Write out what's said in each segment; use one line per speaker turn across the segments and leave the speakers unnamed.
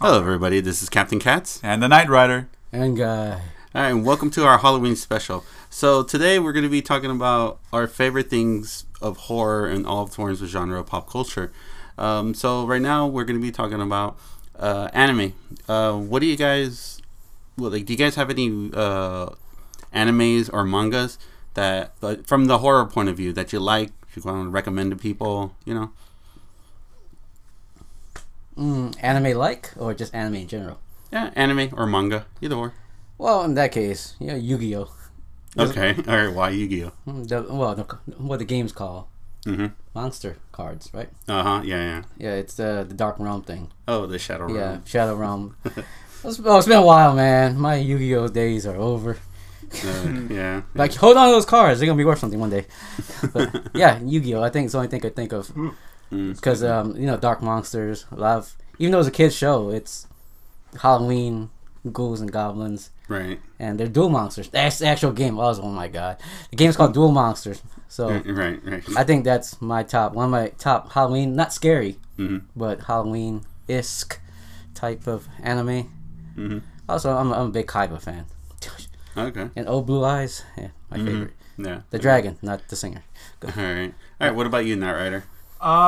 Hello, everybody. This is Captain Katz.
and the Knight Rider.
And guy.
All right, and welcome to our Halloween special. So, today we're going to be talking about our favorite things of horror and all forms of genre of pop culture. Um, so, right now we're going to be talking about uh, anime. Uh, what do you guys, well, like, do you guys have any uh, animes or mangas that, like, from the horror point of view, that you like, you want to recommend to people, you know?
Mm, anime like or just anime in general?
Yeah, anime or manga, either or.
Well, in that case, yeah, Yu-Gi-Oh.
Okay, all right, why Yu Gi Oh?
Mm, The, well, the, what the game's call
Mhm.
monster cards, right?
Uh huh, yeah, yeah.
Yeah, it's the the Dark Realm thing.
Oh, the Shadow Realm.
Yeah, Shadow Realm. it's, oh, it's been a while, man. My Yu-Gi-Oh days are over.
Uh, yeah.
Like, hold on to those cards; they're gonna be worth something one day. but yeah, Yu-Gi-Oh. I think it's the only thing I could think of because um, you know, dark monsters. A lot of even though it's a kids show, it's Halloween ghouls and goblins.
Right.
and they're Duel Monsters. That's the actual game. I was, oh my god, the game's called Duel Monsters. So
Right. Right. right.
I think that's my top one of my top Halloween, not scary,
Mhm.
but Halloween isk type of anime.
Mhm.
Also, I'm, I'm a big Kaiba fan,
Okay.
and Oh Blue Eyes, yeah, my favorite.
Yeah.
The dragon, not the singer. Go.
All right. All right. What about you, Night Rider?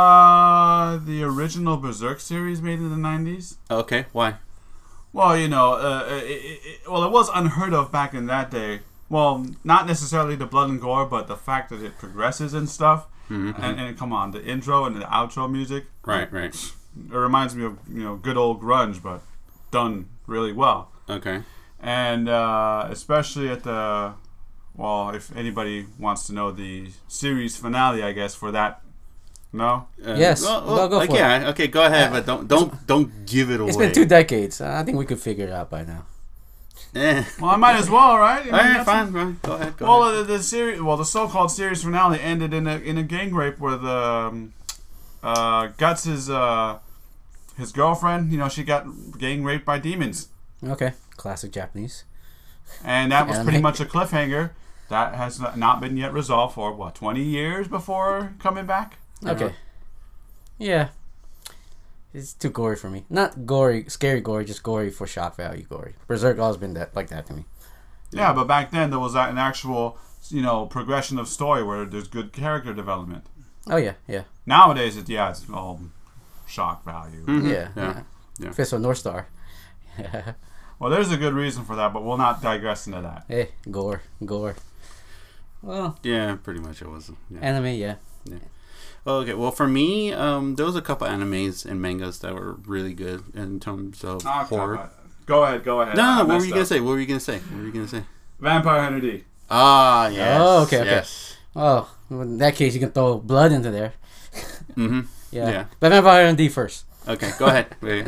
Uh, the original Berserk series made in the 90s.
Okay. Why?
Well, you know, uh, it, it, it- well, it was unheard of back in that day. Well, not necessarily the blood and gore, but the fact that it progresses and stuff. And, and come on, the intro and the outro music.
Right. Right.
It reminds me of you know good old grunge, but done really well.
Okay.
and uh, especially at the well, if anybody wants to know the series finale, I guess for that, no,
Uh,
Yes,
Well,
go-
well,
go
like,
for it.
yeah. Okay. Go ahead, but don't don't don't give it away.
It's been two decades. I think we could figure it out by now.
Eh.
well, I might as well, right? I mean,
All right.
that's-
Fine. Fine. Go ahead. Go
uh,
Well,
ahead.
the, the series, well, the so-called series finale ended in a in a gang rape where the um, uh, Guts's uh, his girlfriend, you know, she got gang raped by demons,
Okay, classic Japanese.
and that was
Anime.
pretty much a cliffhanger. That has not- not been yet resolved for what twenty years before coming back.
Okay. Yeah. It's too gory for me. Not gory, scary gory, just gory for shock value gory. Berserk always been that like that to me.
Yeah, but back then there was a- an actual, you know, progression of story where there's good character development.
Oh yeah, yeah,
Nowadays, it yeah, it's all shock value.
Mm-hmm.
yeah,
Yeah.
yeah.
Yeah.
Fist of North Star.
Well, there's a good reason for that, but we'll not digress into that.
Eh, gore, gore. Well,
Yeah. Pretty much. It was. Yeah.
anime, yeah.
Okay, well, for me, um, there was a couple animes and mangas that were really good in terms of
Ah, come
horror.
on. Go ahead, go ahead.
No,
I
no, what were
messed
you gonna
up.
say? What were you gonna say? What were you gonna say?
Vampire Hunter D.
Ah, yes.
Oh, okay, okay.
Yes.
Oh, well, in that case, you can throw blood into there.
Mm-hmm.
Yeah.
Yeah.
But Vampire D first.
Okay, go ahead. Wait.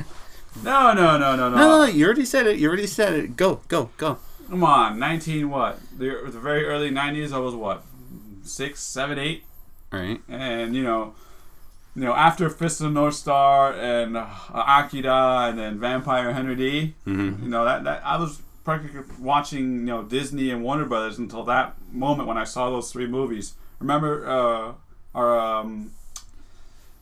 No, no, no, no, no.
No, no, no, you already said it. You already said it. Go, go, go.
Come on, 19 what? The, the very early 90s, I was what? Six, seven, eight?
All right.
and you know, you know, after Fist of the North Star and uh, Akira and then Vampire Hunter D, you know that, that I was practically watching you know Disney and Warner Brothers until that moment when I saw those three movies. Remember, uh, our um,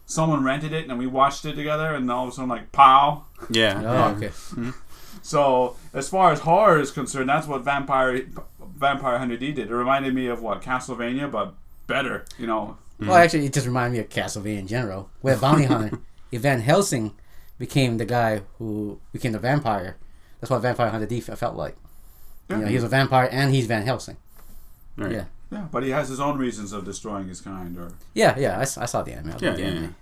someone rented it and we watched it together, and all of a sudden like pow.
Yeah.
Oh,
yeah.
okay.
So as far as horror is concerned, that's what Vampire Vampire Hunter D did. It reminded me of what Castlevania, but better. You know,
Well,
Mm-hmm.
actually, it just reminded me of Castlevania in general. With Bounty Hunter, if Van Helsing became the guy who became the vampire. That's what Vampire Hunter D fe- felt like. You know, he's a vampire and he's Van Helsing.
All right.
Yeah.
Yeah, but he has his own reasons of destroying his kind, or
Yeah, yeah, I, s- I saw the anime. I
Yeah,
yeah, the
yeah,
anime.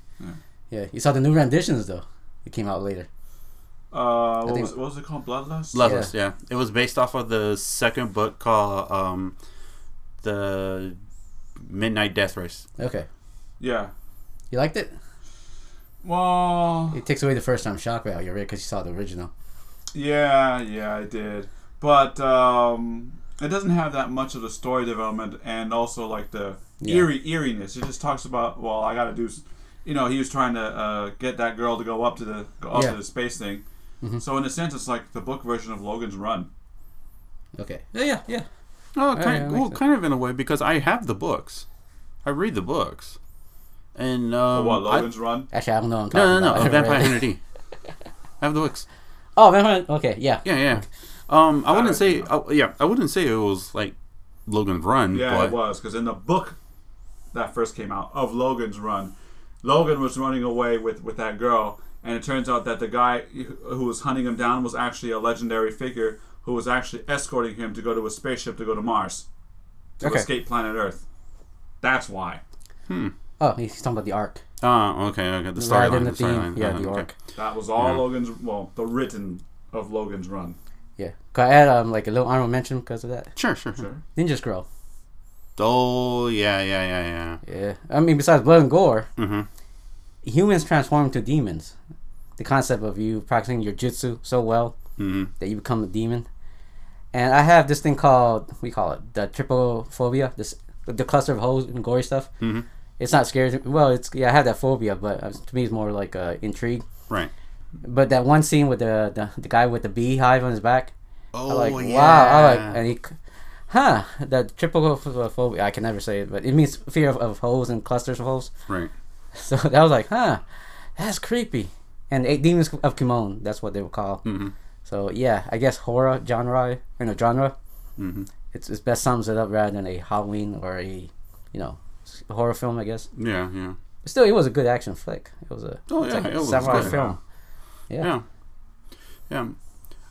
Yeah. you saw the new renditions though. It came out later.
uh, what
think-
was, what was it called? Bloodlust.
Loveless, yeah. It was based off of the second book called um, The Midnight Death Race.
Okay,
yeah.
you liked it?
Well,
It takes away the first time shock value, right? Because you saw the original.
yeah, yeah, I did, but um, it doesn't have that much of the story development, and also like the
Yeah.
eerie eeriness. It just talks about, well, I got to do, s- you know, he was trying to uh, get that girl to go up to the go up
Yeah. Mm-hmm.
to the space thing. So in a sense, it's like the book version of Logan's Run.
Okay. Yeah, yeah, yeah.
Oh,
Yeah,
kind,
yeah,
well,
makes
kind of in a way because I have the books. I read the books, and um,
what
I-
Logan's Run?
Um, Actually, I don't know. What I'm talking
no, no, no,
about.
Vampire
Right.
Hunter D. I have the books.
Oh, Vampire. Okay, yeah.
Yeah, yeah. Um, I wouldn't
don't
say.
know.
oh, yeah, I wouldn't say it was like Logan's run.
Yeah,
but,
it was because in the book that first came out of Logan's run, Logan was running away with with that girl, and it turns out that the guy who who was hunting him down was actually a legendary figure who was actually escorting him to go to a spaceship to go to Mars to
Okay.
escape planet Earth. That's why.
Oh, he's talking about the arc.
Ah, okay, okay. The
Rather
storyline,
than the
the
theme.
storyline.
Yeah,
uh,
the
okay.
arc.
That was all Logan's. Well, the written of Logan's run.
Yeah. Could I add um, like a little honorable mention because of that?
Sure, sure, sure.
Sure.
Ninja Scroll.
Oh, yeah, yeah, yeah, yeah.
Yeah. Mm-hmm. I mean, besides blood and gore,
Mhm.
humans transform into demons. The concept of you practicing your jutsu so well that you become a demon. And I have this thing called, we call it the triple phobia, this, the cluster of holes and gory stuff. Mm-hmm. It's not scary. to- Well, it's yeah, I have that phobia, but uh, to me, it's more like uh, intrigue.
Right.
But that one scene with the, the the guy with the beehive on his back,
Oh,
I like
yeah.
wow, I like and he, c- huh? That triple phobia. I can never say it, but it means fear of, of holes and clusters of holes.
right.
So that was like, huh, that's creepy. And eight demons of Kimon, that's what they were called.
Mm-hmm.
So yeah, I guess horror genre, you know, genre.
Mm-hmm.
It's it's best sums it up rather than a Halloween or a, you know, s- horror film. I guess.
Yeah, yeah,
But still, it was a good action flick. It was a
Oh,
it's
yeah,
like a
it was
samurai
good.
film. Yeah.
yeah, yeah.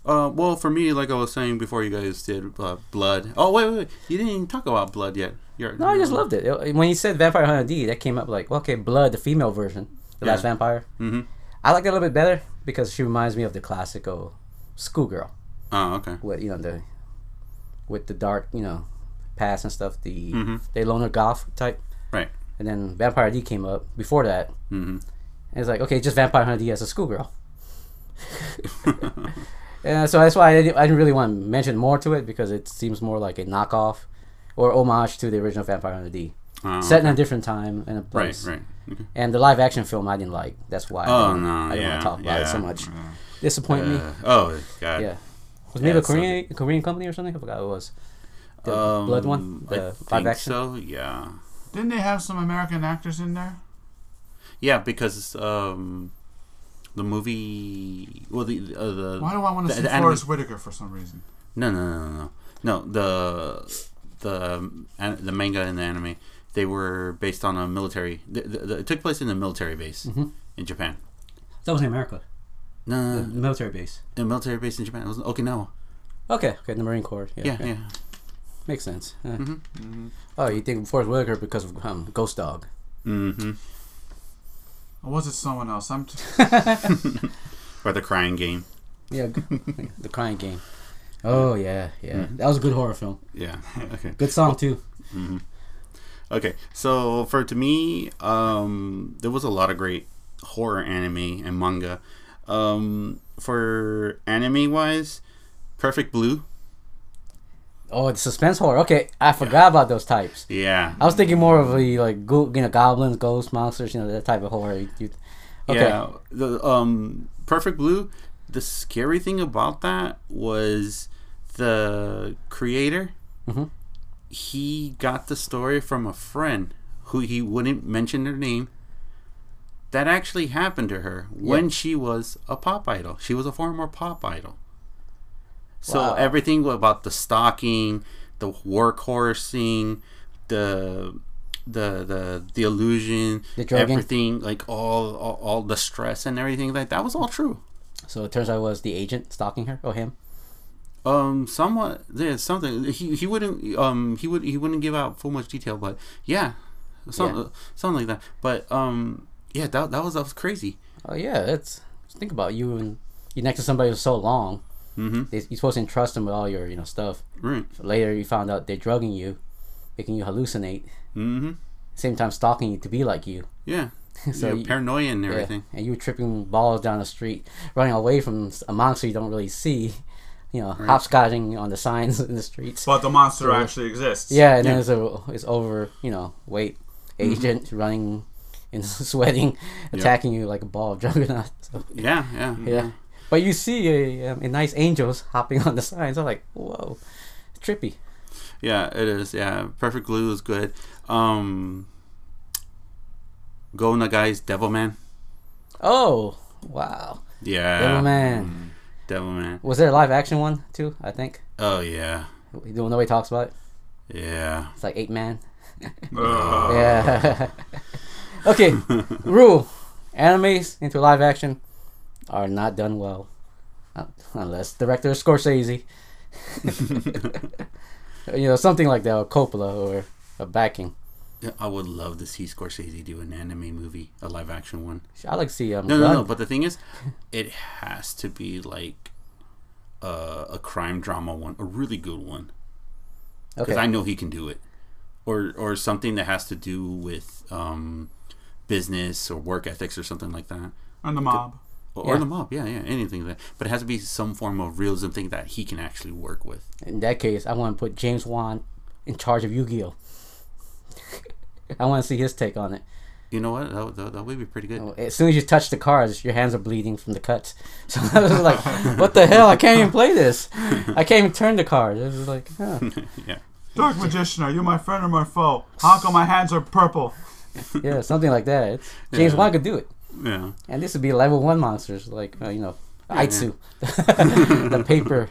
Uh, well, for me, like I was saying before, you guys did uh, blood. Oh wait, wait, wait, you didn't even talk about blood yet. You're,
No, I just loved it. It- When you said Vampire Hunter D, that came up like okay, Blood, the female version, the
Yeah.
last vampire.
Mhm.
I like that a little bit better because she reminds me of the classical schoolgirl.
Oh, okay.
with you know the with the dark you know past and stuff the they loner goth type
Right.
and then vampire d came up before that mm-hmm. and it's like okay just vampire hunter d as a schoolgirl yeah so that's why I didn't, I didn't really want to mention more to it because it seems more like a knockoff or homage to the original vampire hunter d
Uh,
set in a different time and a
right,
place
right. Okay.
and the live action film i didn't like that's why
Oh,
i didn't,
no,
I didn't
yeah,
want to talk about it so
yeah.
much disappoint me
Uh, oh god.
yeah. Was maybe
Yeah,
a
it's not
Korean Korean company or something? I forgot what it was. The
Um,
blood one?
I
The live
think
action?
so. Yeah.
Didn't they have some American actors in there?
Yeah, because um, the movie. Well, the uh, the.
Why do I want
the-
to see
the anime-
Forrest Whitaker for some reason?
No, no, no, no, no. No, the the um, an- the manga and the anime they were based on a military. The, the, the, it took place in a military base
Mm-hmm.
in Japan.
That was in America.
No, no,
The
no,
military base.
a military base in Japan. It was in Okinawa.
Okay, okay, the Marine Corps. Yeah,
Yeah,
okay.
yeah. Mm-hmm,
makes sense. Yeah. Oh, you think Forrest Whitaker because of um, Ghost Dog?
Mm-hmm.
Or was it someone else? I'm t-
Or the crying game.
Yeah, g- the Crying Game. Oh yeah, yeah.
Mm-hmm.
That was a good horror film.
Yeah. Okay.
Good song too.
Okay. So for to me, um, there was a lot of great horror anime and manga. Um, for anime wise, Perfect Blue.
Oh, the suspense horror. Okay, I forgot about those types.
Yeah.
I was thinking more of the like go- you know goblins, ghosts, monsters, you know that type of horror. You- you- Okay.
Yeah. The um Perfect Blue, the scary thing about that was the creator.
Mhm.
He got the story from a friend who he wouldn't mention her name. That actually happened to her when she was a pop idol. She was a former pop idol. So
Wow.
everything about the stalking, the workhorsing, the the the the illusion,
The drugging.
everything like all, all all the stress and everything like that was all true.
So it turns out it was the agent stalking her or him.
Um, somewhat there's something he he wouldn't um he would he wouldn't give out full much detail, but yeah, some,
Yeah.
something like that. But um yeah that that was that was crazy.
Oh yeah, that's just think about you and you next to somebody for so long.
Mm-hmm.
They, you're supposed to entrust them with all your you know stuff.
Right.
Later, you found out they're drugging you, making you hallucinate.
Mm-hmm.
Same time, stalking you to be like you.
Yeah.
So
yeah,
you-
paranoia and
Yeah.
everything.
And you were tripping balls down the street, running away from s- a monster you don't really see. You know, hopscotching on the signs in the streets.
but the monster actually exists.
yeah, and then it's a it's over. You know, wait,
Mm-hmm.
agent running and sweating, attacking you like a ball of juggernaut. So,
Yeah. Yeah.
Yeah. But you see a, um, a nice angels hopping on the signs. I'm like, whoa, trippy.
Yeah, it is. Yeah, Perfect Blue is good. Um, Go Nagai's Devil Man.
Oh, wow.
Yeah. Mm-hmm.
Devilman.
Devilman.
Was there a live action one too? I think
Oh yeah.
the one nobody talks about. It.
Yeah.
It's like eight man.
Oh.
Ugh.
Yeah. okay. Rule: Animes into live action are not done well, Uh, unless director is Scorsese. you know, something like that, or Coppola, or a backing.
I would love to see Scorsese do an anime movie, a live action one.
I like to see um,
No, no,
Gun-
no. But the thing is, it has to be like uh, a crime drama one, a really good one, because
Okay.
I know he can do it, or or something that has to do with um, business or work ethics or something like that,
And the mob.
or, or
Yeah.
the mob. Yeah, yeah, anything like that. But it has to be some form of realism thing that he can actually work with.
In that case, I want to put James Wan in charge of Yu-Gi-Oh. I want to see his take on it.
You know what? That, would- that, that would be pretty good.
As soon as you touch the cards, your hands are bleeding from the cuts. So I was like, "What the hell? I can't even play this. I can't even turn the cards." It was like, huh.
Yeah.
Dark magician, are you my friend or my foe? How come my hands are purple?
yeah, something like that. It's, James
Yeah.
Wan could do it,
Yeah.
and this would be level one monsters, like uh, you know, Aitsu, the paper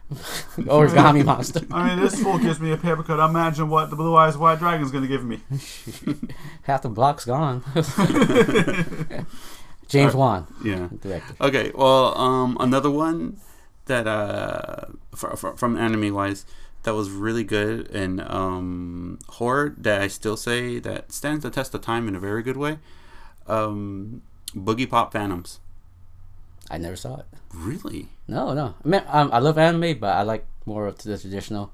origami monster.
I mean, this fool gives me a paper cut. Imagine what the blue eyes white dragon's gonna give me.
Half the block's gone. James Wan,
Yeah.
director.
Okay, well, um, another one that uh, fr- fr- from anime wise that was really good and um, horror that I still say that stands the test of time in a very good way. Um, Boogie Pop Phantoms.
I never saw it.
Really?
No, no. I mean, um, I love anime, but I like more of the traditional.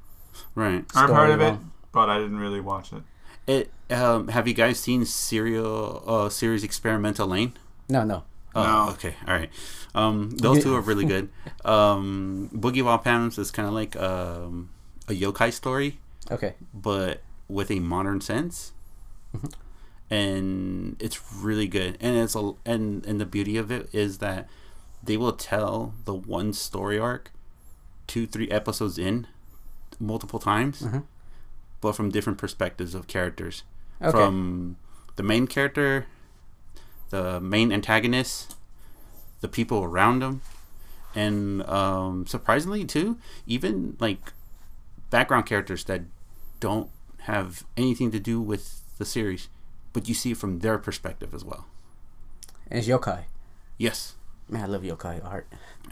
Right.
I've heard of
Story
it, but I didn't really watch it.
It, um, have you guys seen serial uh, series Experimental Lane?
No, no.
Oh,
No.
okay. All right. Um, those two are really good. Um, Boogie Pop Phantoms is kind of like um, a yokai story.
Okay.
but with a modern sense. And it's really good. And it's a and and the beauty of it is that they will tell the one story arc two, three episodes in multiple times,
Uh-huh.
but from different perspectives of characters.
Okay.
From the main character, the main antagonist, the people around him, and um, surprisingly too, even like background characters that don't have anything to do with the series, but you see it from their perspective as well.
And it's yokai.
Yes.
Man, I love yokai art.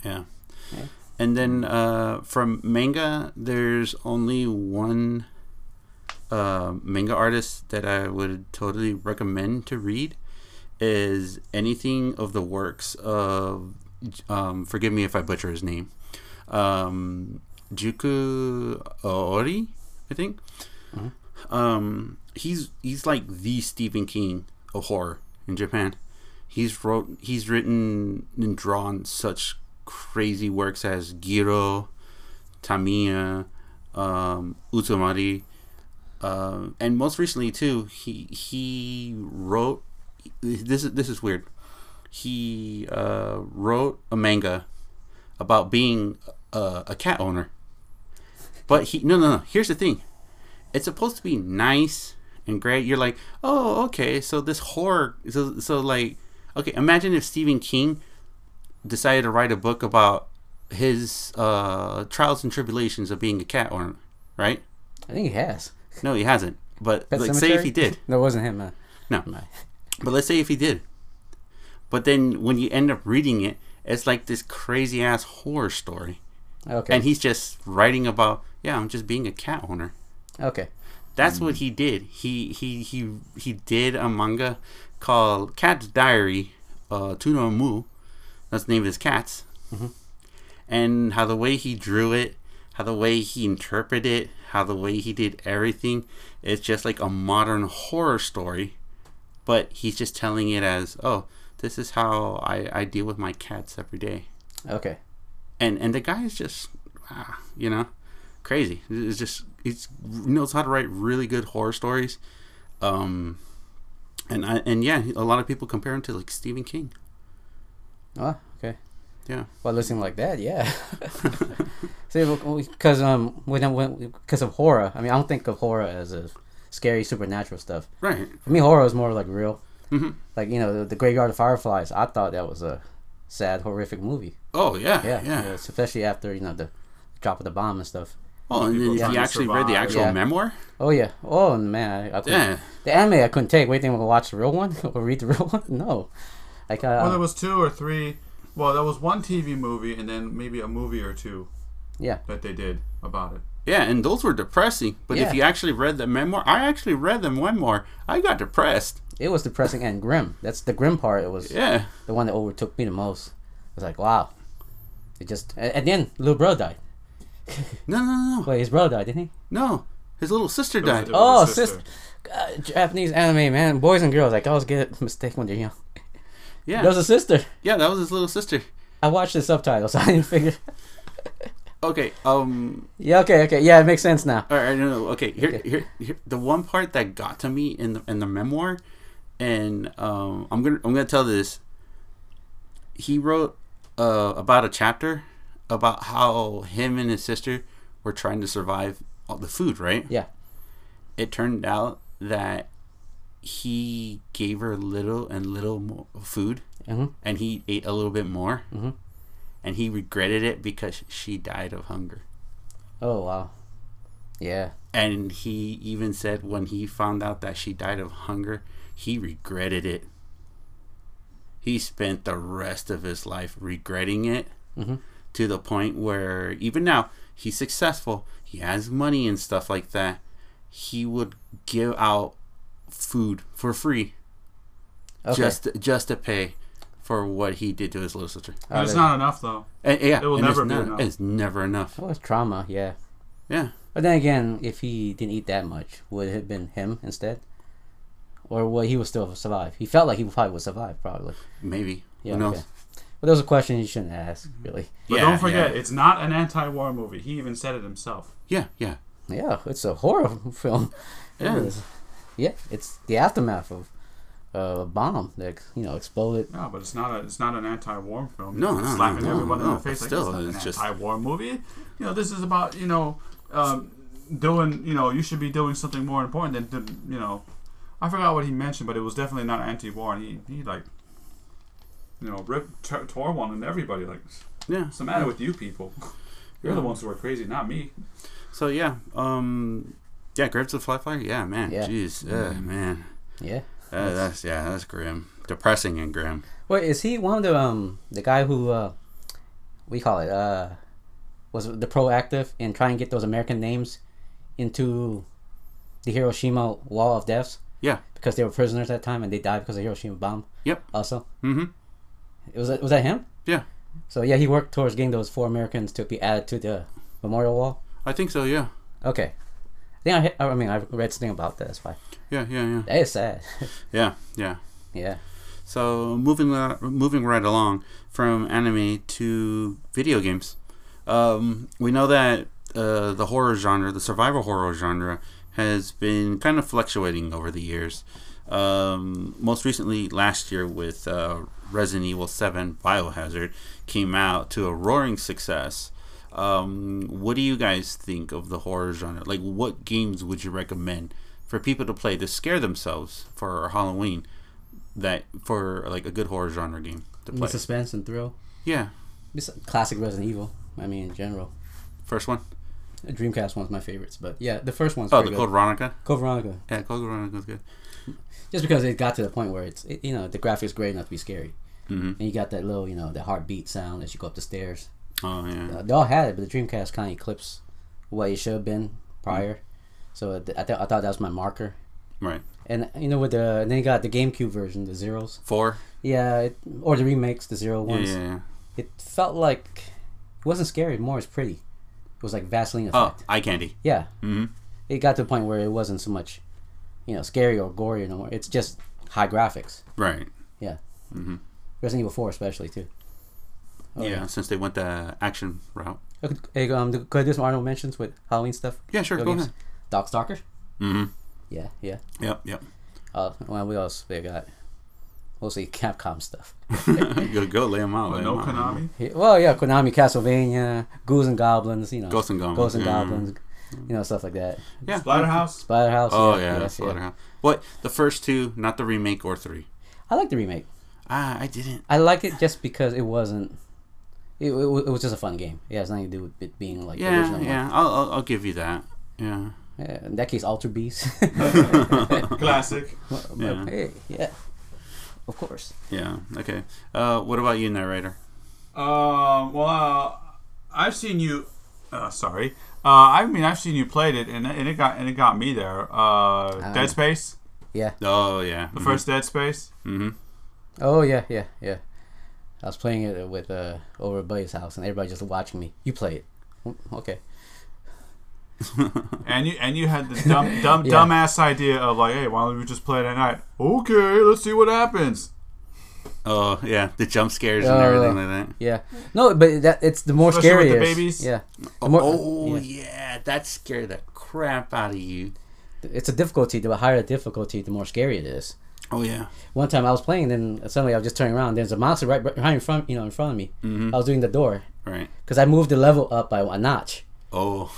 Yeah.
Yeah.
And then uh, from manga, there's only one uh, manga artist that I would totally recommend to read is anything of the works of um, forgive me if I butcher his name um, Juku Aori I think um, he's he's like the Stephen King of horror in Japan he's wrote he's written and drawn such crazy works as Giro, Tamiya, um, Utsumari, um, and most recently too he he wrote this is this is weird he uh, wrote a manga about being a, a cat owner but he no no no here's the thing it's supposed to be nice and great. You're like, oh, okay. So this horror, so so like, okay. Imagine if Stephen King decided to write a book about his uh, trials and tribulations of being a cat owner, right?
I think he has.
No, he hasn't. But
Pet
like, say
Cemetery?
if he did,
No, it wasn't him. Uh,
no.
no.
But let's say if he did. But then when you end up reading it, it's like this crazy ass horror story,
Okay.
and he's just writing about, yeah, I'm just being a cat owner.
okay.
That's what he did. He he he he did a manga called Cat's Diary, uh, Tuno Mu. That's the name of his cats. And how the way he drew it, how the way he interpreted it, how the way he did everything, it's just like a modern horror story. But he's just telling it as, oh, this is how I, I deal with my cats every day.
Okay.
And and the guy is just, ah, you know crazy. It's just it's he knows how to write really good horror stories, um, and I and yeah, a lot of people compare him to like Stephen King.
Oh, okay.
Yeah,
Well, listening like that, yeah. See, because um, when I went because of horror, I mean, I don't think of horror as a scary supernatural stuff.
right. Mm-hmm.
For me, horror is more like real. Like you know, the, the graveyard of fireflies. I thought that was a sad, horrific movie.
Oh yeah,
Yeah,
yeah.
yeah, especially after you know the drop of the bomb and stuff.
Oh, and
People
then
trying
he
to
actually read the
survive.
actual
Yeah.
memoir.
Oh yeah. Oh man, I, I couldn't-
Yeah.
The anime I couldn't take. Wait, think I'm gonna watch the real one or read the real one? No. Like uh,
Well, there was two or three. Well, there was one TV movie and then maybe a movie or two
yeah,
that they did about it.
Yeah, and those were depressing. But
Yeah.
if you actually read the memoir, I actually read the memoir. I got depressed.
it was depressing and grim. That's the grim part. It was
Yeah.
the one that overtook me the most. It was like wow. It just a- and then little bro died.
No, no, no, no.
Wait, his bro died, didn't he?
No. His little sister
was a
died.
different-
Oh,
Little
sister.
sister.
God, Japanese anime, man. Boys and girls, like I always get it mistake when they're young.
Yeah.
There was a sister.
yeah, that was his little sister.
I watched the subtitles. I didn't figure.
Okay. Um.
Yeah, okay, okay, yeah, it makes sense now.
All right. No. no, Okay. Here,
Okay.
Here, here. The one part that got to me in the in the memoir, and um, I'm gonna I'm gonna tell this. He wrote uh, about a chapter about how him and his sister were trying to survive all the food, right?
Yeah,
it turned out that he gave her little and little mo food
Mhm.
and he ate a little bit more
Mm-hmm.
and he regretted it because she died of hunger
Oh wow. Yeah.
and he even said when he found out that she died of hunger he regretted it he spent the rest of his life regretting it
Mm-hmm.
to the point where even now he's successful he has money and stuff like that he would give out food for free
Okay.
just just to pay for what he did to his little sister
But it's
Alright.
not enough though.
and, yeah
It will
and
never
it's
be
not-
enough.
it's never enough
That was trauma. Yeah.
yeah
But then again, if he didn't eat that much, would it have been him instead? Or would he would still survive? He felt like he probably would survive, probably.
maybe
Yeah.
who knows
Okay. But that was a question you shouldn't ask, really.
But
Yeah,
don't forget,
yeah.
it's not an anti-war movie. He even said it himself.
yeah yeah
Yeah, it's a horror film. It
Yeah.
is. Yeah, it's the aftermath of uh, a bomb that you know exploded.
No, but it's not a it's not an anti-war film.
No,
It's
no,
slapping
no, no,
everyone in
no,
the face.
but
Like,
still,
it's not
it's
an
just-
anti-war movie. You know, this is about you know um, doing you know you should be doing something more important than than, you know. I forgot what he mentioned, but it was definitely not anti-war, and he he like you know ripped t- tore one on everybody. Like,
yeah
what's the matter with you people? You're the ones who are crazy, not me.
So yeah, um, yeah, Graves of the Fly Flyer. Yeah, man.
Yeah.
Jeez, uh, man.
Yeah.
Uh, that's yeah, that's grim, depressing and grim.
Wait, is he one of the um the guy who uh we call it uh was the proactive in trying to get those American names into the Hiroshima Wall of Deaths
Yeah.
because they were prisoners at that time and they died because of the Hiroshima bomb.
Yep.
Also,
Mm-hmm.
it was that, was that him?
Yeah,
So yeah, he worked towards getting those four Americans to be added to the memorial wall.
I think so. Yeah,
Okay, I think I, hit- I mean I read something about that. That's why
yeah, yeah, yeah,
that is sad.
yeah, yeah.
yeah.
So moving uh, moving right along from anime to video games, um, we know that uh, the horror genre, the survival horror genre, has been kind of fluctuating over the years. Um, most recently, last year with uh, Resident Evil Seven Biohazard came out to a roaring success. Um, what do you guys think of the horror genre? Like, what games would you recommend for people to play to scare themselves for Halloween? that for like a good horror genre game to play.
The suspense and thrill.
yeah,
It's classic Resident Evil. I mean, in general.
first one.
The Dreamcast one's my favorites, but yeah, the first one's
Oh,
pretty
the
good.
Code Veronica.
Code Veronica.
Yeah, Code Veronica's good.
Just because it got to the point where it's, it, you know, the graphics great enough to be scary.
Mm-hmm.
And you got that little, you know, the heartbeat sound as you go up the stairs.
Oh yeah,
Uh, they all had it, but the Dreamcast kind of eclipsed what it should have been prior. So th- I, th- I thought that was my marker.
right.
And, you know, with the, and then you got the GameCube version, the zeros.
Four.
Yeah, it, or the remakes, the zero
Yeah,
ones.
yeah, yeah.
It felt like, it wasn't scary, more it's pretty. It was like Vaseline
Oh,
effect.
Eye Candy.
Yeah.
Mhm.
It got to the point where it wasn't so much, you know, scary or gory anymore. It's just high graphics.
Right.
Yeah. Mm-hmm. Resident Evil 4 especially, too. Oh,
yeah, since they went the action route.
Okay, Hey, um, the- could I do some Arnold mentions with Halloween stuff?
Yeah, sure.
Video
Go
games?
ahead.
Doc Stalker?
Mm-hmm.
Yeah, yeah.
Yep, yep.
Uh, well, we also we got mostly Capcom stuff.
you go lay them out.
But
lay
no
'em out.
Konami.
Yeah, well, yeah, Konami, Castlevania, Ghouls and Goblins, you know.
Ghosts and Goblins,
Ghosts and
yeah.
Goblins, you know, stuff like that.
Yeah.
Splatterhouse.
Splatterhouse.
Oh yeah,
yeah,
Slaughterhouse. What the first two, not the remake or three.
I like the remake.
Ah, I didn't.
I like it just because it wasn't. It, it, wa- it was just a fun game. It has nothing to do with it being like the
Yeah,
original. one.
yeah. I'll, I'll I'll give you that. Yeah.
yeah. In that case, Alter Beast.
Classic.
Yeah.
Hey, yeah. Of course.
Yeah. Okay. Uh, what about you, narrator?
Um, well, uh, I've seen you. Uh, sorry. Uh, I mean, I've seen you played it, and, and it got and it got me there. Uh, Dead Space,
Yeah.
Oh yeah.
the first Dead Space.
Mm-hmm.
Oh yeah, yeah, yeah. I was playing it with uh over at Buddy's house, and everybody just watching me. You play it, Mm, okay?
And you and you had the dumb, dumb,
Yeah.
dumbass idea of like, hey, why don't we just play it at night? Okay, let's see what happens.
Oh yeah. The jump scares
Oh,
and everything like that.
Yeah. No, but that it's the more
Especially
scary.
with the
it is.
babies?
Yeah. The more,
Oh yeah. That scared the crap out of you.
It's a difficulty. The higher the difficulty, the more scary it is.
Oh yeah.
One time I was playing, then suddenly I was just turning around. There's a monster right behind in front, you know, in front of me.
Mm-hmm.
I was doing the door
Right.
because I moved the level up by a notch.
Oh.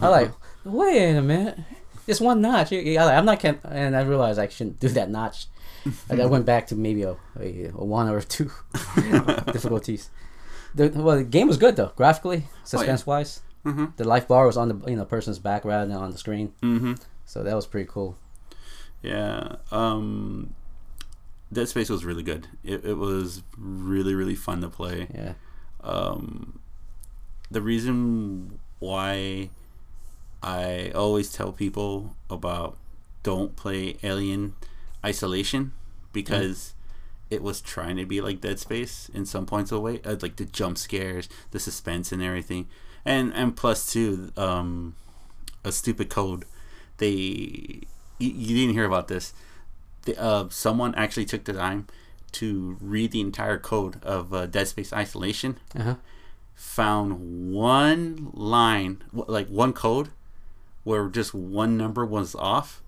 I like, wait a minute, just one notch. Yeah, yeah, I'm not, can-" and I realized I shouldn't do that notch. I, I went back to maybe a, a, a one or two difficulties. The, well, the game was good though,
Oh,
graphically, suspense wise.
Mhm.
The life bar was on the you know person's back rather than on the screen,
mm-hmm.
so that was pretty cool.
Yeah. Um, Dead Space was really good. It, it was really really fun to play.
Yeah,
um, the reason why I always tell people about don't play Alien Isolation because it was trying to be like Dead Space in some points of the way, uh, like the jump scares, the suspense, and everything, and and plus too, um, a stupid code. They you, you didn't hear about this. The, uh, someone actually took the time to read the entire code of uh, Dead Space Isolation
uh-huh.
found one line, wh- like one code, where just one number was off.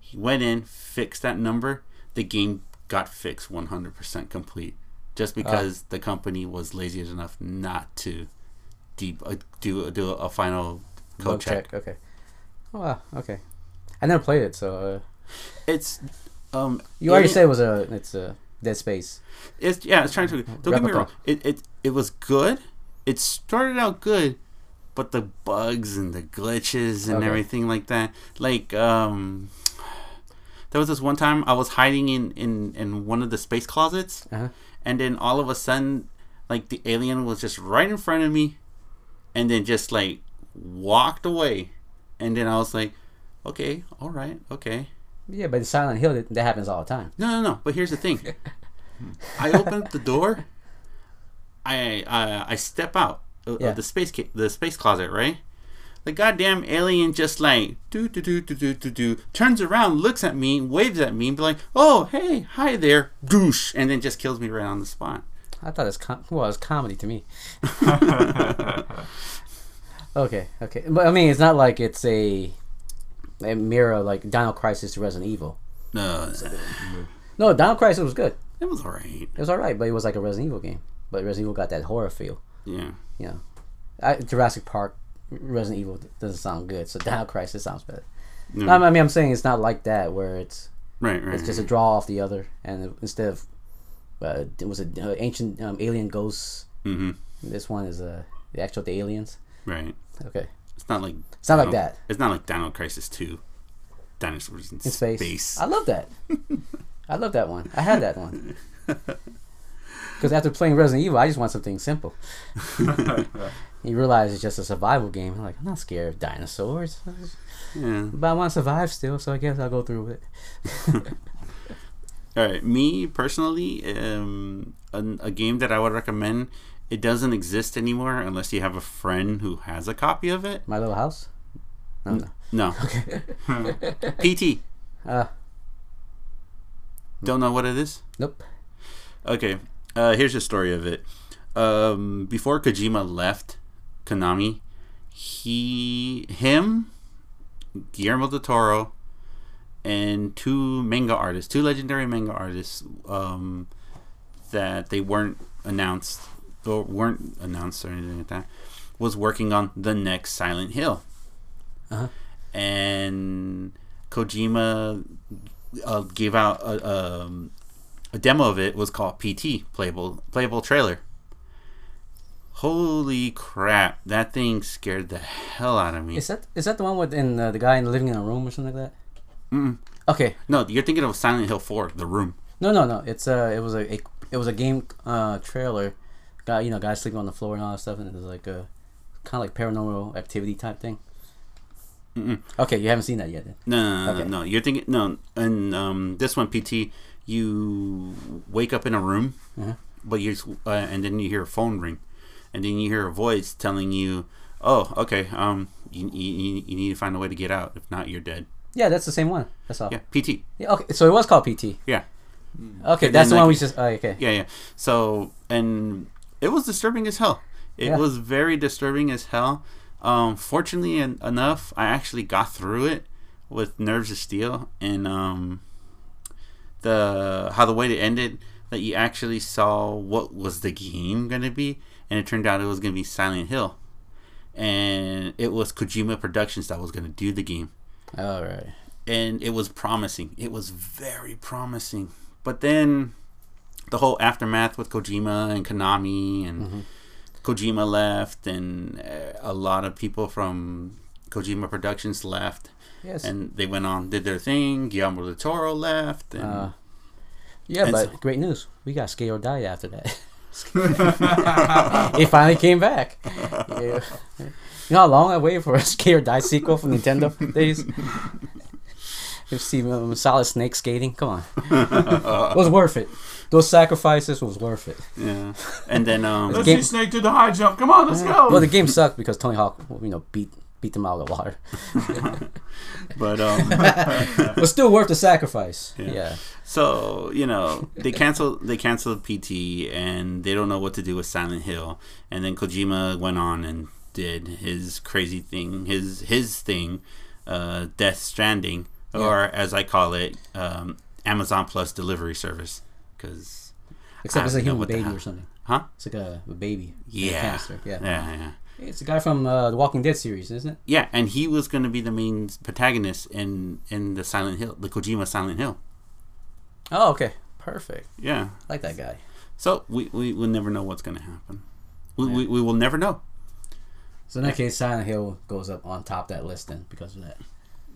He went in, fixed that number. The game got fixed 100% complete, just because the company was lazy enough not to deep uh, do do a final code
Bug
check.
Okay. Oh, wow. Okay. I never played it, so uh,
It's um.
you already
Alien-
said it was a it's a Dead Space.
It's yeah, it's trying to. Don't get me
Replica.
wrong. It, it it was good. It started out good, but the bugs and the glitches and
Okay.
everything like that. Like um, there was this one time I was hiding in in in one of the space closets,
Uh-huh.
and then all of a sudden, like the alien was just right in front of me, and then just like walked away, and then I was like, okay, all right, okay.
Yeah, but in Silent Hill, that, that happens all the time.
No, no, no. But here's the thing. I open up the door. I I, I step out of,
Yeah.
of the space ca- the space closet, right? The goddamn alien just like do do do do do do do turns around, looks at me, waves at me, and be like, "Oh hey, hi there," goosh, and then just kills me right on the spot.
I thought it's com- well, it's comedy to me. okay, okay, but I mean, it's not like it's a, a mirror like Dino Crisis to Resident Evil.
No,
No, Dino Crisis was good.
it was alright.
It was all right, but it was like a Resident Evil game. But Resident Evil got that horror feel.
Yeah.
You know, I, Jurassic Park, Resident Evil doesn't sound good, so Dino Crisis sounds better.
No,
I mean, I'm saying it's not like that where it's
right, right.
It's just a draw off the other, and instead of uh, it was it uh, ancient um, alien ghosts?
hmm
This one is uh, the actual the aliens.
right.
Okay,
It's not like
it's not like
Dino-
that
It's not like Dino Crisis Two. Dinosaurs in,
in space.
space.
I love that. I love that one. I had that one. Because after playing Resident Evil, I just want something simple. you realize it's just a survival game. I'm like, I'm not scared of dinosaurs,
Yeah.
but I want to survive still, so I guess I'll go through with it.
All right, me personally, um, an, a game that I would recommend. It doesn't exist anymore unless you have a friend who has a copy of it.
My little house. No, no.
No, Hmm. PT.
Uh,
Don't know what it is.
nope.
Okay, uh, here's the story of it. Um, before Kojima left Konami, he, him, Guillermo del Toro, and two manga artists, two legendary manga artists, um, that they weren't announced or weren't announced or anything like that, was working on the next Silent Hill.
Uh-huh.
And Kojima uh, gave out a, um, a demo of it was called PT playable playable trailer. Holy crap! That thing scared the hell out of me.
Is that is that the one with in uh, the guy in living in a room or something like that?
Mm-mm.
Okay.
No, you're thinking of Silent Hill 4, The Room.
No, no, no. It's uh, it was a, a it was a game uh trailer. Guy, you know, guy sleeping on the floor and all that stuff, and it was like a kind of like paranormal activity type thing.
Mm-mm.
Okay, you haven't seen that yet. Then.
No, no, no,
Okay.
no. You're thinking no. And um, this one, PT, you wake up in a room,
Mhm.
but you uh, and then you hear a phone ring, and then you hear a voice telling you, "Oh, okay, um, you, you, you need to find a way to get out. If not, you're dead."
Yeah, that's the same one. That's all.
Yeah, PT.
Yeah, okay, so it was called PT.
Yeah.
Okay,
And then,
that's the one
like-
we just. Oh, okay.
Yeah, yeah. So, and it was disturbing as hell. It
Yeah.
was very disturbing as hell. Um, fortunately en- enough, I actually got through it with nerves of steel and um, the how the way it ended that you actually saw what was the game gonna be, and it turned out it was gonna be Silent Hill, and it was Kojima Productions that was gonna do the game
All right.
and it was promising. It was very promising. But then the whole aftermath with Kojima and Konami and
Mm-hmm.
Kojima left and uh, a lot of people from Kojima Productions left
Yes.
and they went on did their thing. Guillermo del Toro left and
Uh, yeah,
and
but
so-
great news. We got Scale or Die after that. it finally came back. Yeah. You know how long I waited for a Scale or Die sequel from Nintendo days? You've seen um, Solid Snake skating. Come on. it was worth it. Those sacrifices was worth it.
yeah. And then um
Let's
Game- Uh,
see Snake do the high jump. Come on, let's go.
Well, the game sucked because Tony Hawk, you know, beat beat them out of the water.
but um
But still worth the sacrifice.
Yeah.
yeah.
So you know they canceled they canceled PT and they don't know what to do with Silent Hill. And then Kojima went on and did his crazy thing, his his thing, uh, Death Stranding, or as I call it, um, Amazon Plus delivery service. Because I
Except it's a
don't know
human
what the
baby
hell-
or something.
Huh?
It's like a, a baby. like a
yeah,
hamster,
yeah,
Yeah.
yeah, yeah.
It's a guy from uh, the Walking Dead series, isn't it?
Yeah, and he was going to be the main protagonist in in the Silent Hill, the Kojima Silent Hill.
Oh, okay. Perfect.
Yeah.
Like that guy.
So we we will never know what's going to happen. We,
Yeah.
we, we will never know.
So in that case, Silent Hill goes up on top of that list then because of that.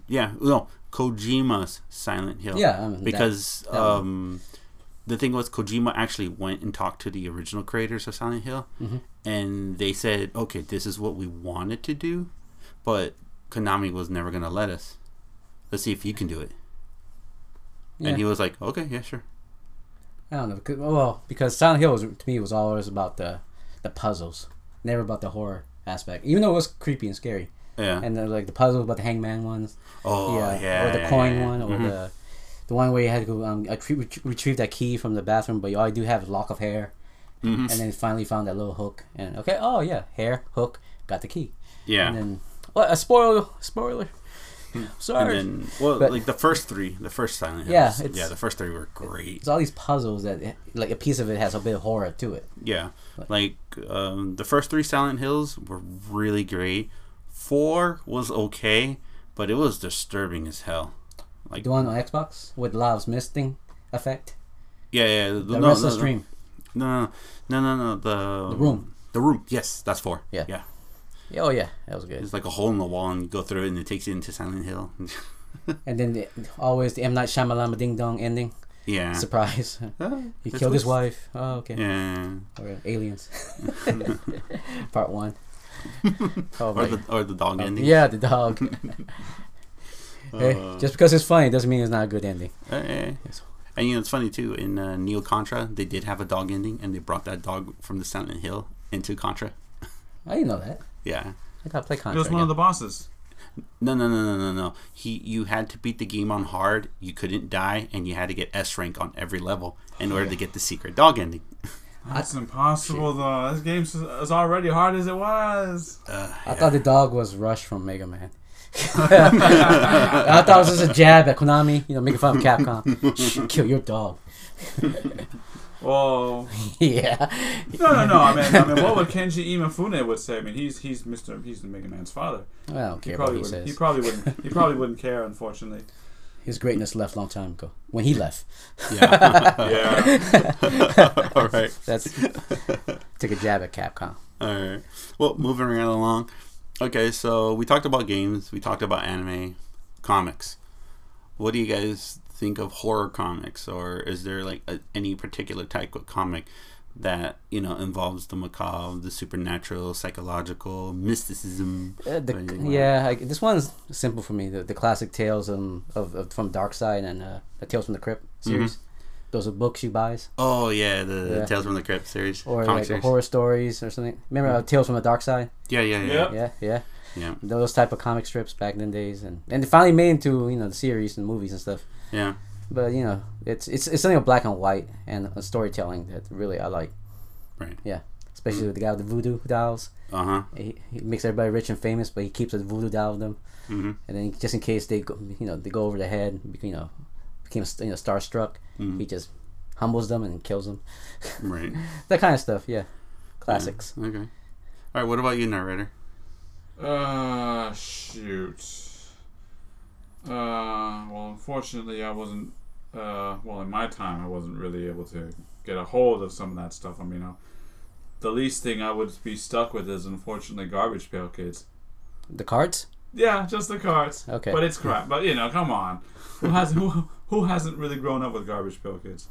Yeah, no, Kojima's Silent Hill.
Yeah, I mean, that-
because
that one.
um, the thing was Kojima actually went and talked to the original creators of Silent Hill,
Mm-hmm.
and they said, "Okay, this is what we wanted to do, but Konami was never gonna let us. Let's see if you can do it."
Yeah.
And he was like, "Okay, yeah, sure."
I don't know. Because, well, because Silent Hill was, to me was always about the the puzzles, never about the horror aspect. Even though it was creepy and scary,
Yeah.
and uh, like the puzzles about the hangman ones,
oh yeah.
yeah, or the
yeah,
coin
yeah, yeah.
one, or
Mhm.
the the one where you had to go um, retrie- ret- retrieve that key from the bathroom, but you all you do have is a lock of hair,
Mhm.
and then finally found that little hook, and okay, oh yeah, hair hook, got the key,
yeah. Hmm.
and then what a spoiler spoiler.
And
Sorry.
then, well,
But-
like the first three, the first Silent Hill.
Yeah, it's-
yeah, the first three were great.
It's all these puzzles that, like, a piece of it has a bit of horror to it.
Yeah, like um, the first three Silent Hills were really great. Four was okay, but it was disturbing as hell. Like
The one on Xbox with Lav's misting effect,
yeah, yeah, the,
the
no,
restless
no, no,
dream.
No, no, no, no, the
The room.
the room. Yes, that's four.
Yeah.
yeah.
Oh yeah, that was good.
It's like a hole in the wall, and you go through it, and it takes you into Silent Hill.
And then the, always the M Night Shyamalan ding dong ending
yeah,
surprise.
Ah,
He
that's
killed his
what's-
wife. Oh okay.
Yeah,
Or aliens. Part one. Oh
or
my.
the or the dog ending.
Yeah, the dog. Hey,
Uh,
just because it's funny doesn't mean it's not a good ending.
eh, eh. And you know it's funny too. In uh, Neo Contra, they did have a dog ending, and they brought that dog from the Silent Hill into Contra.
I didn't know that.
Yeah.
I gotta play
It
Contra.
was one
again.
of the bosses.
No, no, no, no, no, no. He, you had to beat the game on hard. You couldn't die, and you had to get S rank on every level in order to get the secret dog ending.
Uh,
That's impossible, though. This game is is already hard as it was.
Uh,
I thought the dog was Rush from Mega Man. I thought it was just a jab at Konami, you know, making fun of Capcom. Shh, kill your dog.
Whoa.
yeah.
No, no, no. I mean, I mean, what would Kenji Imafune would say? I mean, he's he's Mr. He's the Mega Man's father.
I don't
He
care what
probably
he
wouldn't.
says.
He probably wouldn't. He probably wouldn't care, unfortunately.
his greatness left long time ago when he left.
Yeah.
Yeah.
All right.
That's took a jab at Capcom.
All right. Well, moving right along. Okay, so we talked about games, we talked about anime, comics. What do you guys think of horror comics, or is there like a, any particular type of comic that you know involves the macabre, the supernatural, psychological, mysticism?
Uh,
or
the,
anything like
yeah, I, this one's simple for me. The, the classic tales um, of, of from Dark Side and uh, the Tales from the Crypt
Mm-hmm.
series. Those are books she buys,
Oh yeah, the
Yeah.
Tales from the Crypt series,
or
comic
like
series. Mm-hmm.
horror stories or something. Remember uh, Tales from the Dark Side?
yeah, yeah, yeah,
Yep.
Yeah, yeah.
yeah,
Those type of comic strips back in the days, and and they finally made into you know the series and movies and stuff.
yeah.
But you know, it's it's it's something of black and white and uh, storytelling that really I like.
Right.
Yeah.
Mm.
Especially with the guy with the voodoo dolls.
Uh huh.
He, he makes everybody rich and famous, but he keeps a voodoo doll with him.
Mhm.
And then just in case they go, you know they go over the head, you know, became you know starstruck,
Mm-hmm.
he just humbles them and kills them.
Right.
That kind of stuff. Yeah. Classics.
Okay. All right. What about you, narrator?
Uh, shoot. Uh, well, unfortunately, I wasn't. Uh, well, in my time, I wasn't really able to get a hold of some of that stuff. I mean, uh, the least thing I would be stuck with is unfortunately Garbage Pail Kids.
The cards.
Yeah, just the cards.
Okay.
But it's crap. But you know, come on, who has who, who hasn't really grown up with Garbage Pail Kids?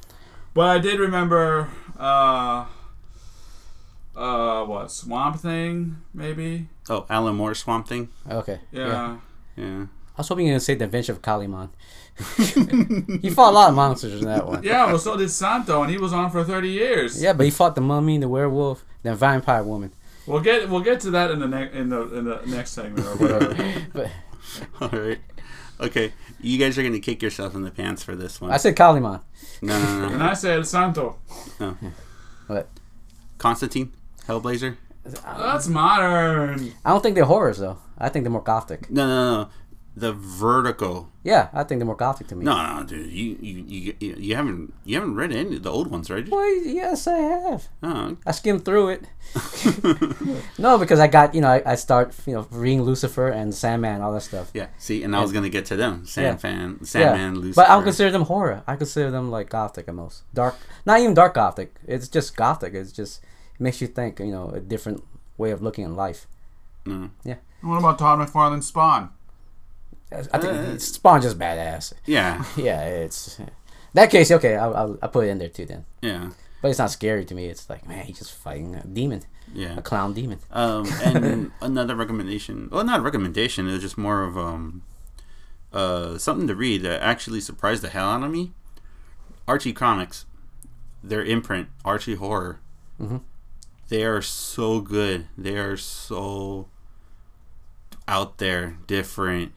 But I did remember, uh, uh, what Swamp Thing maybe?
Oh, Alan Moore Swamp Thing.
Okay.
yeah.
Yeah.
I was hoping you were gonna say the Adventure of Kalimon. he fought a lot of monsters in that one.
Yeah, well, so did Santo, and he was on for thirty years.
Yeah, but he fought the mummy, the werewolf, the vampire woman.
we'll get we'll get to that in the next in the in the next segment or whatever.
But
All right. Okay. You guys are gonna kick yourself in the pants for this one.
I said Kalimon.
no, no, no,
and
no.
I said Santo.
But
Constantine, Hellblazer. Um,
That's modern.
I don't think they're horrors though. I think they're more gothic.
No, no, no. The Vertigo.
Yeah, I think they're more gothic to me.
No, no, dude. You, you, you, you- you haven't, you haven't read any of the old ones, right? Oh,
Well, yes, I have.
No.
I skimmed through it. no, because I got you know I, I start you know reading Lucifer and Sandman all that stuff.
Yeah. See, and I was gonna get to them. Sandfan,
Yeah,
Sandman, Lucifer.
but I don't consider them horror. I consider them like gothic at most. Dark, not even dark gothic. It's just gothic. It's just it makes you think. You know, a different way of looking at life.
No.
What about Todd McFarlane's Spawn?
Uh,
I think Spawn just badass.
Yeah.
Yeah, it's that case. Okay, I'll, I'll, I'll put it in there too then.
Yeah.
But it's not scary to me. It's like man, he's just fighting a demon,
Yeah.
a clown demon.
Um, and another recommendation. Well, not a recommendation. It was just more of um, uh, something to read that actually surprised the hell out of me. Archie Comics, their imprint, Archie Horror.
Mhm.
They are so good. They are so out there, different.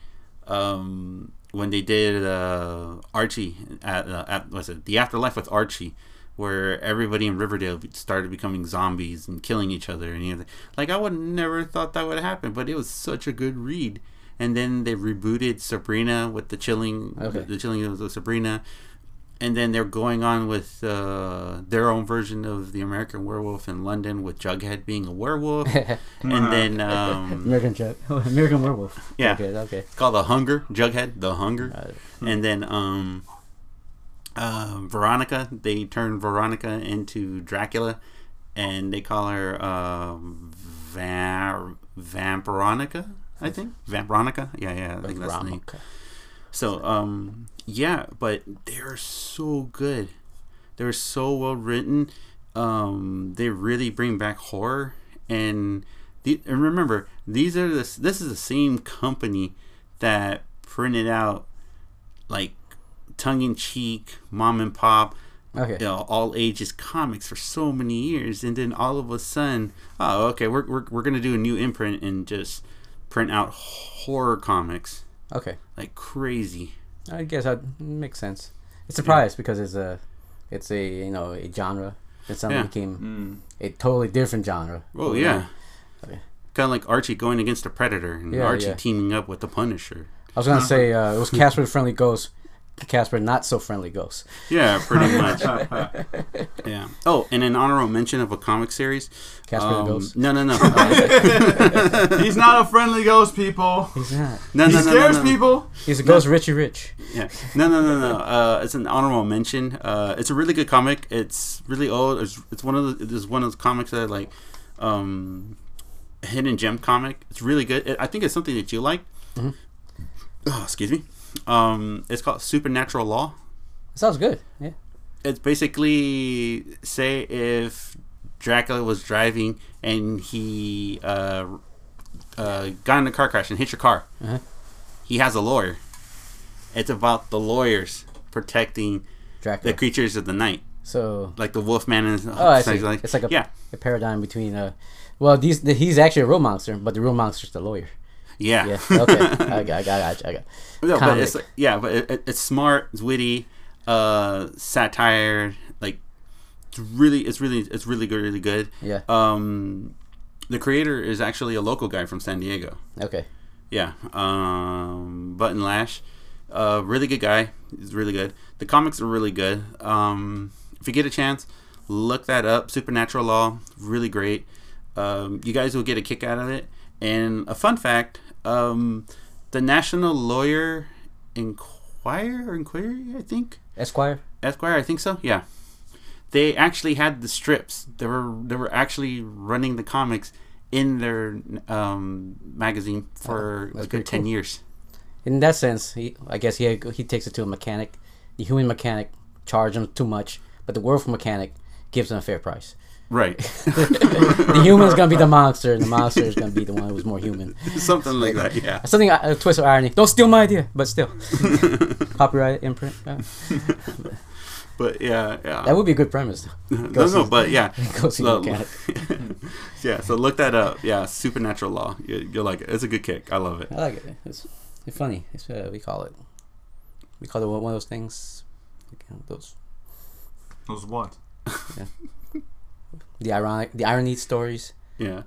Um, when they did uh, Archie at, uh, at what's it, the Afterlife with Archie, where everybody in Riverdale be- started becoming zombies and killing each other, and you know, like I would never thought that would happen, but it was such a good read. And then they rebooted Sabrina with the chilling,
Okay.
the chilling of Sabrina, and then they're going on with uh, their own version of the American Werewolf in London with Jughead being a werewolf, and then um,
American Jug, American Werewolf.
Yeah.
Okay. Okay.
It's called The Hunger, Jughead, The Hunger. And then um uh, Veronica, they turn Veronica into Dracula and they call her uh, Va- Vampironica, I think. Vampironica? Yeah, yeah, I think that's the name.
Veronica.
So, um, yeah, but they're so good. They're so well written. Um, they really bring back horror. And, the, and remember, these are this. This is the same company that printed out like tongue in cheek, mom and pop,
Okay.
you know, all ages comics for so many years, and then all of a sudden, oh, okay, we're we're, we're gonna do a new imprint and just print out horror comics
Okay.
like crazy.
I guess that makes sense. It's surprised because it's a, it's a you know a genre. It suddenly
Yeah.
became a totally different genre.
Oh yeah.
Okay.
Kind of like Archie going against a predator and
Yeah,
Archie
yeah.
teaming up with the Punisher.
I was gonna say uh, it was Casper the Friendly Ghost, Casper not so friendly ghost.
Yeah, pretty much. Yeah. Oh, and an honorable mention of a comic series. um,
Casper the Ghost?
No, no, no. Uh,
He's not a friendly ghost, people.
He's not.
no, no,
He
no, no,
scares
no, no.
people.
He's a ghost, Richie Rich.
Yeah. No, no, no, no. Uh, it's an honorable mention. Uh, it's a really good comic. It's really old. It's, it's one of the, it's one of those comics that I like um, hidden gem comic. It's really good. It, I think it's something that you like. Oh, excuse me. Um, it's called Supernatural Law.
Sounds good. Yeah.
It's basically say if Dracula was driving and he uh, uh, got in a car crash and hit your car.
Uh-huh.
He has a lawyer. It's about the lawyers protecting the
Dracula.
creatures of the night,
so
like the Wolfman and
Oh, I see.
things like
it's like a,
yeah,
a paradigm between uh, well, these the, he's actually a real monster, but the real monster's the lawyer.
yeah,
Yeah. Oh, Okay. I got. I got. I got.
No, but
Comic.
it's like- yeah, but it, it, it's smart, it's witty, uh, satire. Like, it's really, it's really, it's really good, really good.
Yeah.
Um, the creator is actually a local guy from San Diego.
Okay.
Yeah. Um, Button Lash, uh, really good guy. He's really good. The comics are really good. Um, if you get a chance, look that up. Supernatural Law, really great. Um, you guys will get a kick out of it. And a fun fact: um, the National Lawyer Inquirer, or Inquiry, I think
Esquire.
Esquire, I think so. Yeah. They actually had the strips. They were they were actually running the comics in their um, magazine for
Oh, that's
a good
pretty
ten
cool.
years.
In that sense, he, I guess he he takes it to a mechanic. The human mechanic charge him too much, but the werewolf mechanic gives him a fair price.
Right.
The human's gonna be the monster, and the monster is gonna be the one who's more human.
Something like that. Yeah.
Something I- a twist of irony. Don't steal my idea, but still, copyright imprint. yeah.
But yeah, yeah.
That would be a good premise. though.
no, no, but yeah.
Go see
So-
the mechanic.
yeah. So look that up. Yeah, Supernatural Law. You, you'll like it. It's a good kick. I love it.
I like it. It's, it's funny. It's uh, we call it. We call it one one of those things. we can- Those
Those what?
the ironic, the irony stories.
Yeah.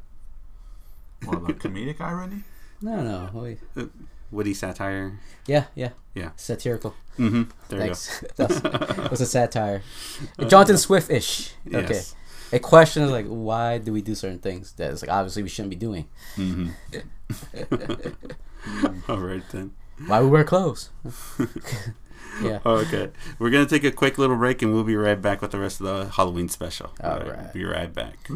Well, the comedic irony.
No, no. we-
Witty satire.
yeah, yeah.
Yeah.
Satirical.
Mm-hmm. There
Thanks. That's- that was a satire. Jonathan Swift ish.
you go.
Okay.
Yes.
A question is like, why do we do certain things that is like obviously we shouldn't be doing?
Mm-hmm. All right then.
Why we wear clothes? yeah.
Oh, Okay. We're going to take a quick little break and we'll be right back with the rest of the Halloween special.
All
All right.
right.
Be right back.